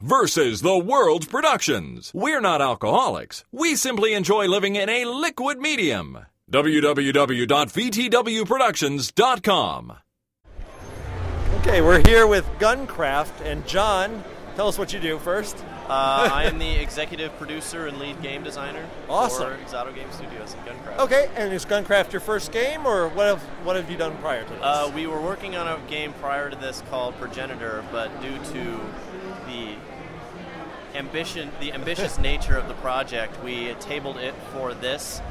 versus the world's productions. We're not alcoholics. We simply enjoy living in a liquid medium. www.vtwproductions.com. Okay, we're here with Guncraft and John. Tell us what you do first. Uh, I am the executive producer and lead game designer Awesome. for Exoto Game Studios in Guncraft. Okay, and is Guncraft your first game, or what have what have you done prior to this? Uh, we were working on a game prior to this called Progenitor, but due to the ambition, the ambitious nature of the project, we tabled it for this.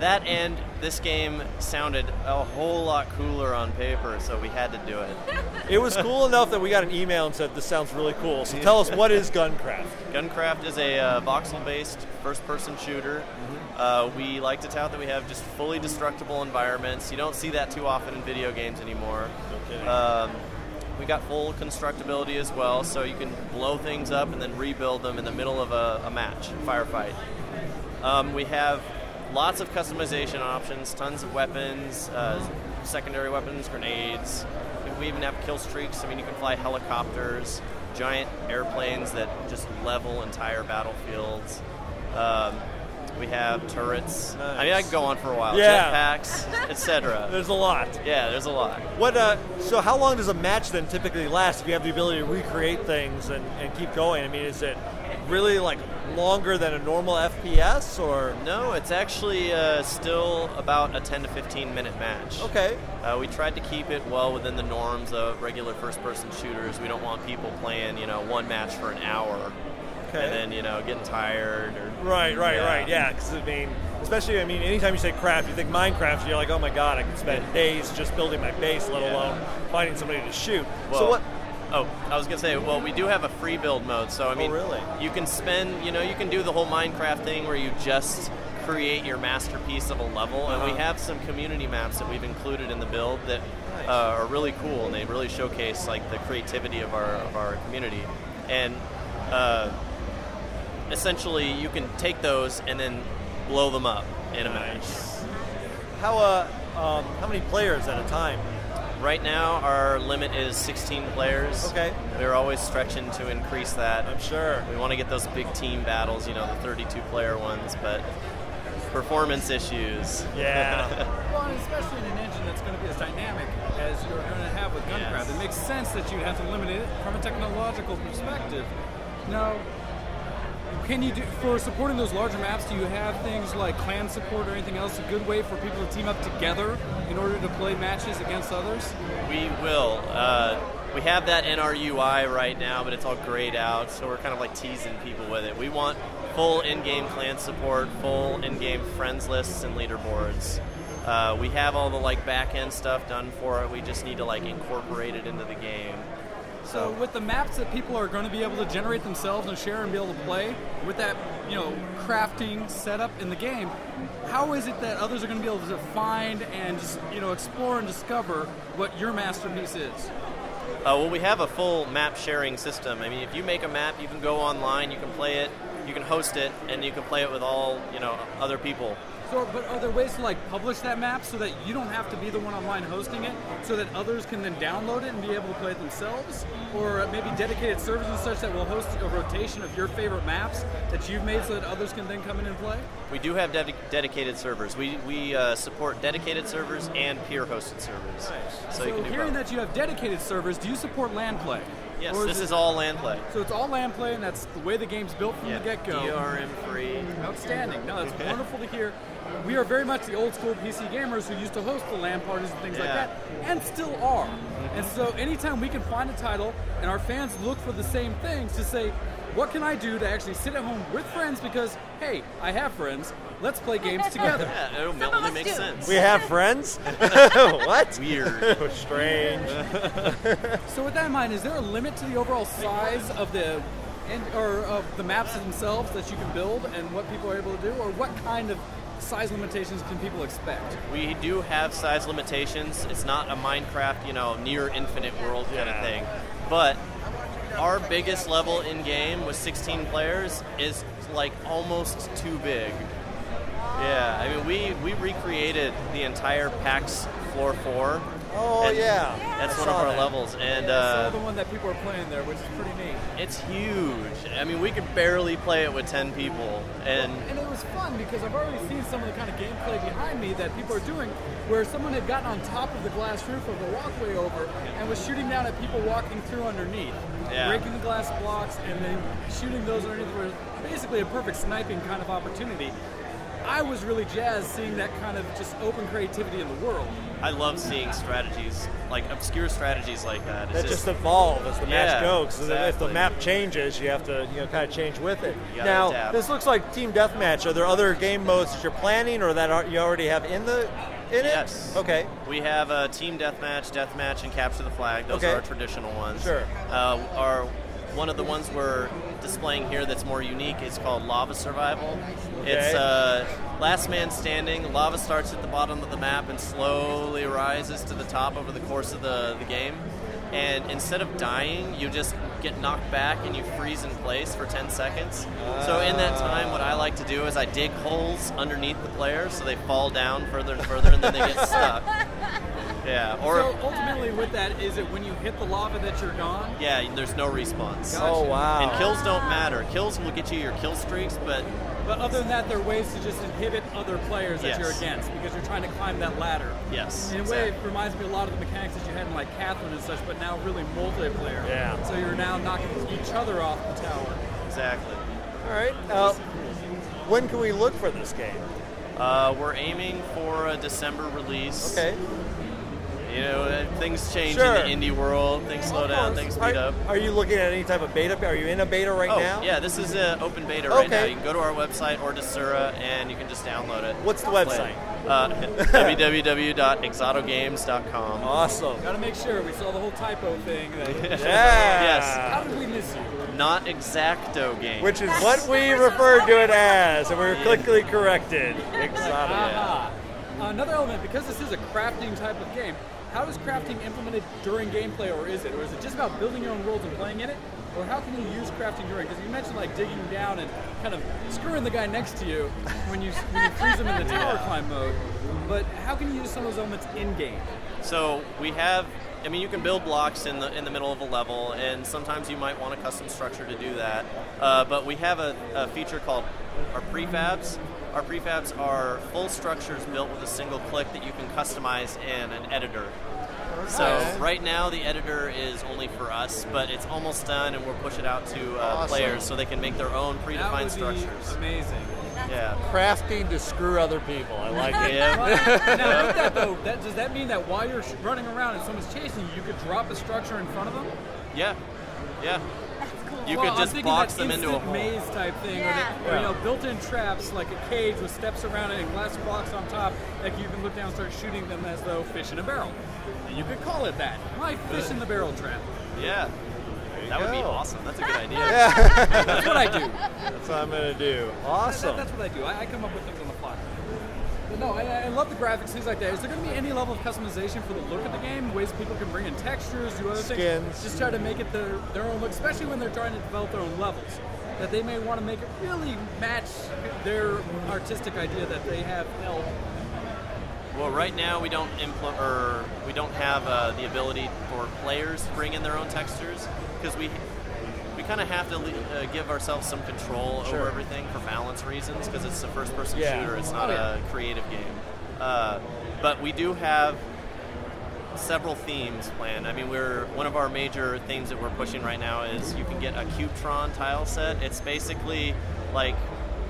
That and this game sounded a whole lot cooler on paper, so we had to do it. it was cool enough that we got an email and said this sounds really cool. So tell us what is Guncraft? Guncraft is a uh, voxel-based first-person shooter. Uh, we like to tout that we have just fully destructible environments. You don't see that too often in video games anymore. Okay. Um, we got full constructability as well, so you can blow things up and then rebuild them in the middle of a, a match, firefight. Um, we have lots of customization options, tons of weapons, uh, secondary weapons, grenades. We even have kill streaks. I mean, you can fly helicopters, giant airplanes that just level entire battlefields. Um, we have turrets. I mean, I could go on for a while. Yeah. Jetpacks, etc. There's a lot. Yeah, there's a lot. What? Uh, so how long does a match then typically last if you have the ability to recreate things and, and keep going? I mean, is it really like longer than a normal FPS or? No, it's actually uh, still about a 10 to 15 minute match. Okay. Uh, we tried to keep it well within the norms of regular first person shooters. We don't want people playing, you know, one match for an hour Okay. and then, you know, getting tired or. Right, right, Yeah. right. Yeah, because I mean, especially I mean, anytime you say craft, you think Minecraft. You're like, oh my god, I can spend days just building my base, let Yeah. alone finding somebody to shoot. so Well, what? Oh, I was gonna say. Well, we do have a free build mode, so I mean, Oh, really? you can spend. You know, you can do the whole Minecraft thing where you just create your masterpiece of a level, and Uh-huh. we have some community maps that we've included in the build that Nice. uh, are really cool, and they really showcase like the creativity of our of our community, and uh, essentially you can take those and then blow them up in a match. How uh, um, how many players at a time? Right now, our limit is 16 players. Okay. We're always stretching to increase that. I'm sure. We want to get those big team battles, you know, the 32 player ones, but performance issues. Yeah. Well, and especially in an engine that's going to be as dynamic as you're going to have with Guncraft, Yes. it makes sense that you'd have to limit it from a technological perspective. Now, can you do for supporting those larger maps? Do you have things like clan support or anything else? A good way for people to team up together in order to play matches against others? We will. Uh, we have that in our UI right now, but it's all grayed out, so we're kind of like teasing people with it. We want full in-game clan support, full in-game friends lists and leaderboards. Uh, we have all the like back-end stuff done for it. We just need to like incorporate it into the game. So with the maps that people are going to be able to generate themselves and share and be able to play, with that you know crafting setup in the game, how is it that others are going to be able to find and just you know explore and discover what your masterpiece is? Uh, well, we have a full map sharing system. I mean, if you make a map, you can go online, you can play it, you can host it, and you can play it with all you know other people. So, but are there ways to like publish that map so that you don't have to be the one online hosting it, so that others can then download it and be able to play it themselves, or maybe dedicated servers and such that will host a rotation of your favorite maps that you've made so that others can then come in and play? We do have ded- dedicated servers. We we uh, support dedicated servers and peer-hosted servers. Nice. So, you can do hearing both. that you have dedicated servers, do you support LAN play? yes, Or this it- is all land play. So it's all LAN play, and that's the way the game's built from the get-go. DRM free. Outstanding. No, that's wonderful to hear. We are very much the old school PC gamers who used to host the LAN parties and things like Yeah. that, and still are. And so anytime we can find a title and our fans look for the same things to say, what can I do to actually sit at home with friends because, hey, I have friends, let's play games together. Yeah, it Some of only us makes do. sense. we have friends. what? Weird. Strange. So with that in mind, is there a limit to the overall size of the and or of the maps themselves that you can build and what people are able to do, or what kind of size limitations can people expect? We do have size limitations. It's not a Minecraft, you know, near infinite world kind of thing. But our biggest level in game with 16 players is like almost too big. Yeah, I mean, we, we recreated the entire PAX Floor 4 Oh, And yeah. That's I one of saw our that. levels, and That's uh, the one that people are playing there, which is pretty neat. it's huge. I mean, we could barely play it with ten people, and And it was fun because I've already seen some of the kind of gameplay behind me that people are doing where someone had gotten on top of the glass roof of the walkway over and was shooting down at people walking through underneath, Yeah. breaking the glass blocks and then shooting those underneath was basically a perfect sniping kind of opportunity. I was really jazzed seeing that kind of just open creativity in the world. I love seeing strategies like obscure strategies like that. It's that just evolve as the match Yeah, goes. So that If the exactly. map changes, you have to you know kind of change with it. You gotta Now adapt. this looks like team deathmatch. Are there other game modes that you're planning or that are, you already have in the in it? Yes. Okay. We have a team deathmatch, deathmatch, and capture the flag. Those Okay. are our traditional ones. Sure. Uh, our one of the ones we're displaying here that's more unique is called lava survival. It's Okay. uh, last man standing. Lava starts at the bottom of the map and slowly rises to the top over the course of the, the game. And instead of dying, you just get knocked back and you freeze in place for 10 seconds. So, in that Ah. time, what I like to do is I dig holes underneath the players so they fall down further and further and then they get stuck. Yeah, or So ultimately, with that, is it when you hit the lava that you're gone? yeah, there's no response. Oh wow. And kills don't matter. Kills will get you your kill streaks, but But other than that, there are ways to just inhibit other players that you're Yes. against because you're trying to climb that ladder. yes. In a way, it exactly. reminds me a lot of the mechanics that you had in like Catherine and such, but now really multiplayer. Yeah. So you're now knocking each other off the tower. Exactly. All right. Uh, when can we look for this game? Uh, we're aiming for a December release. Okay. You know, uh, things change Sure. in the indie world. Things slow down. Things speed are, up. are you looking at any type of beta? Are you in a beta right oh, now? yeah. This is an open beta right now. Okay. You can go to our website or to Sura, and you can just download it. What's the Play it. website? Uh, www.exotogames.com. Awesome. Got to make sure we saw the whole typo thing. That, Yeah. Yes. how did we miss you? Not exacto game. Which is what we referred to it as, and we were quickly corrected. Exotic. Aha. Uh, Another element, because this is a crafting type of game, how is crafting implemented during gameplay, or is it, or is it just about building your own worlds and playing in it, or how can you use crafting during? Because you mentioned like digging down and kind of screwing the guy next to you when you when you freeze him in the tower climb mode. But how can you use some of those elements in game? So we have. I mean, you can build blocks in the in the middle of a level, and sometimes you might want a custom structure to do that. Uh, but we have a, a feature called our prefabs. Our prefabs are full structures built with a single click that you can customize in an editor. So right now the editor is only for us, but it's almost done, and we'll push it out to uh, players so they can make their own That predefined would structures. be amazing. Yeah. Crafting to screw other people. I like it. Yeah. now, with that though, that, does that mean that while you're sh- running around and someone's chasing you, you could drop a structure in front of them? Yeah. Yeah. You well, could I'm just thinking box that them into a instant hole. maze type thing, Yeah. or, that, or, you know, built-in traps like a cage with steps around it and glass blocks on top that you can look down and start shooting them as though fish in a barrel. And you could call it that, my fish in the barrel trap. Yeah. That would be awesome. That's a good idea. That's what I do. That's what I'm gonna do. That- that- Awesome. that's what I do. I, I come up with things on the fly. But no, I, I love the graphics, things like that. Is there going to be any level of customization for the look of the game? Ways people can bring in textures, do other Skins. things, just try to make it their, their own look, especially when they're trying to develop their own levels. That they may want to make it really match their artistic idea that they have held. Well, right now we don't impl- or we don't have uh, the ability for players to bring in their own textures because we we kind of have to le- uh, give ourselves some control over everything for balance reasons because it's a first-person Yeah. shooter. It's not Oh, yeah. a creative game. Uh, but we do have several themes planned. I mean, we're one of our major themes that we're pushing right now is you can get a Cubetron tile set. It's basically like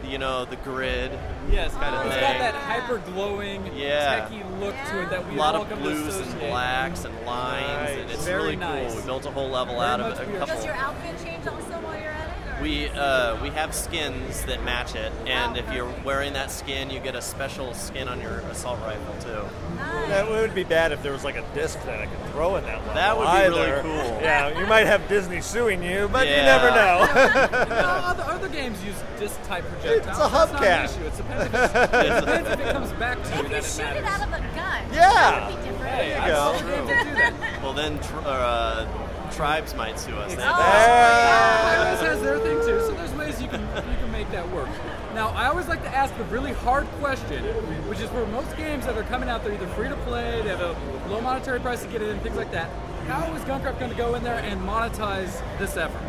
you know the grid. Yes, kind of Ah, it's thing. got that hyper glowing, Yeah. techie look to it that a we lot all of come blues to and associate. blacks and lines, Nice. and it's Very really nice. cool. We built a whole level Very out of much we a are- Does your couple. outfit change also while you're at it? Or We uh, we have skins that match it, and Wow, if you're Oh, perfect. wearing that skin, you get a special skin on your assault rifle too. Nice. That would be bad if there was like a disc that I could throw in that level. That would be really either. cool. Yeah, you might have Disney suing you, but you Yeah. never know. No, other, other games use disc type projectiles. It's a That's not hubcap. an issue. It depends if, it's, depends if it comes back to you. if you that shoot it it matters. out of a gun, Yeah. that would be different. Hey, you I've go. seen games that do that. Well, then tr- uh, tribes might sue us. Oh, Now. yeah. iOS has their thing too, so there's ways you can you can make that work. Now, I always like to ask the really hard question, which is for most games that are coming out, they're either free to play, they have a low monetary price to get in, things like that. How is Guncraft going to go in there and monetize this effort?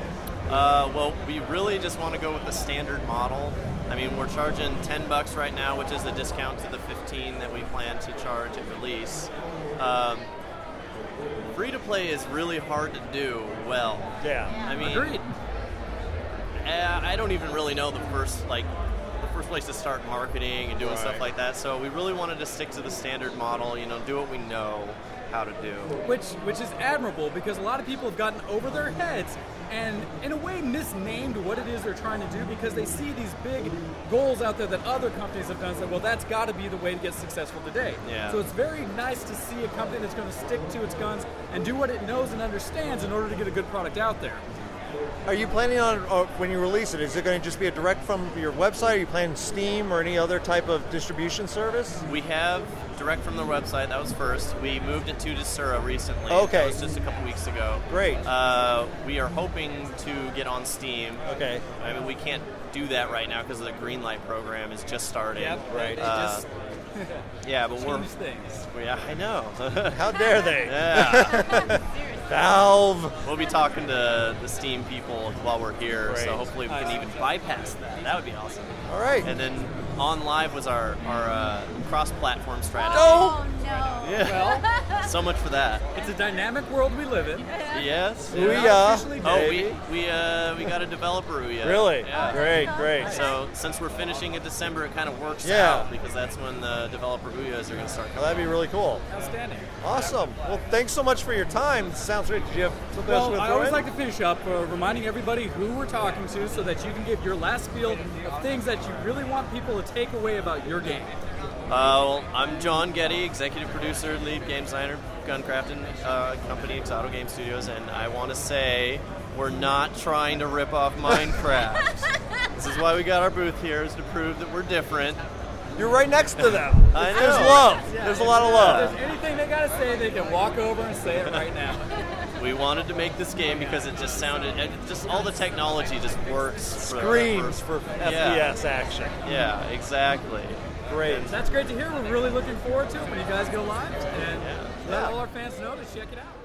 Uh, well, we really just want to go with the standard model. I mean, we're charging 10 bucks right now, which is a discount to the 15 that we plan to charge at release. Um, free to play is really hard to do well. Yeah. I mean, uh, I don't even really know the first like the first place to start marketing and doing stuff like that. So we really wanted to stick to the standard model. You know, do what we know how to do. Which, which is admirable because a lot of people have gotten over their heads and, in a way, misnamed what it is they're trying to do because they see these big goals out there that other companies have done. and Said, well, that's got to be the way to get successful today. Yeah. So it's very nice to see a company that's going to stick to its guns and do what it knows and understands in order to get a good product out there. Are you planning on uh, when you release it? Is it going to just be a direct from your website? Are you planning Steam or any other type of distribution service? We have direct from the website. That was first. We moved it to Desura recently. Okay. That was just a couple weeks ago. Great. Uh, we are hoping to get on Steam. Okay. I mean, we can't do that right now because the green light program is just starting. Right. They Uh, just Yeah, but we're. change things. Yeah, I know. How dare they? yeah. Oh, Seriously. Valve. We'll be talking to the Steam people while we're here, Great. so hopefully we can even bypass that. That would be awesome. All right. And then on live was our our uh, cross-platform strategy. Oh, no. Well, So much for that. It's a dynamic world we live in. Yes. We Not uh, officially Oh, dead. we we uh, we got a developer Ouya. Really? uh, Yeah. Great, great. So since we're finishing in December, it kind of works Yeah. out because that's when the developer Ouyas are going to start Well, coming. that'd be really cool. Outstanding. Awesome. Well, thanks so much for your time. Sounds great. Did you have something else you Well, wanna I throw always in? like to finish up uh, reminding everybody who we're talking to so that you can give your last spiel of things that you really want people to take away about your game. Uh, well, I'm John Getty, executive producer, lead game designer, Guncraft and uh, company, Exoto Game Studios, and I want to say we're not trying to rip off Minecraft. this is why we got our booth here, is to prove that we're different. You're right next to them. I know. There's love. There's a lot of If love. there's anything they gotta say, they can walk over and say it right now. We wanted to make this game because it just sounded, it just all the technology just works. for- Screams for Yeah. FPS action. Yeah, exactly. Great. That's great to hear. We're really looking forward to it when you guys go live. And let Yeah. all our fans know to check it out.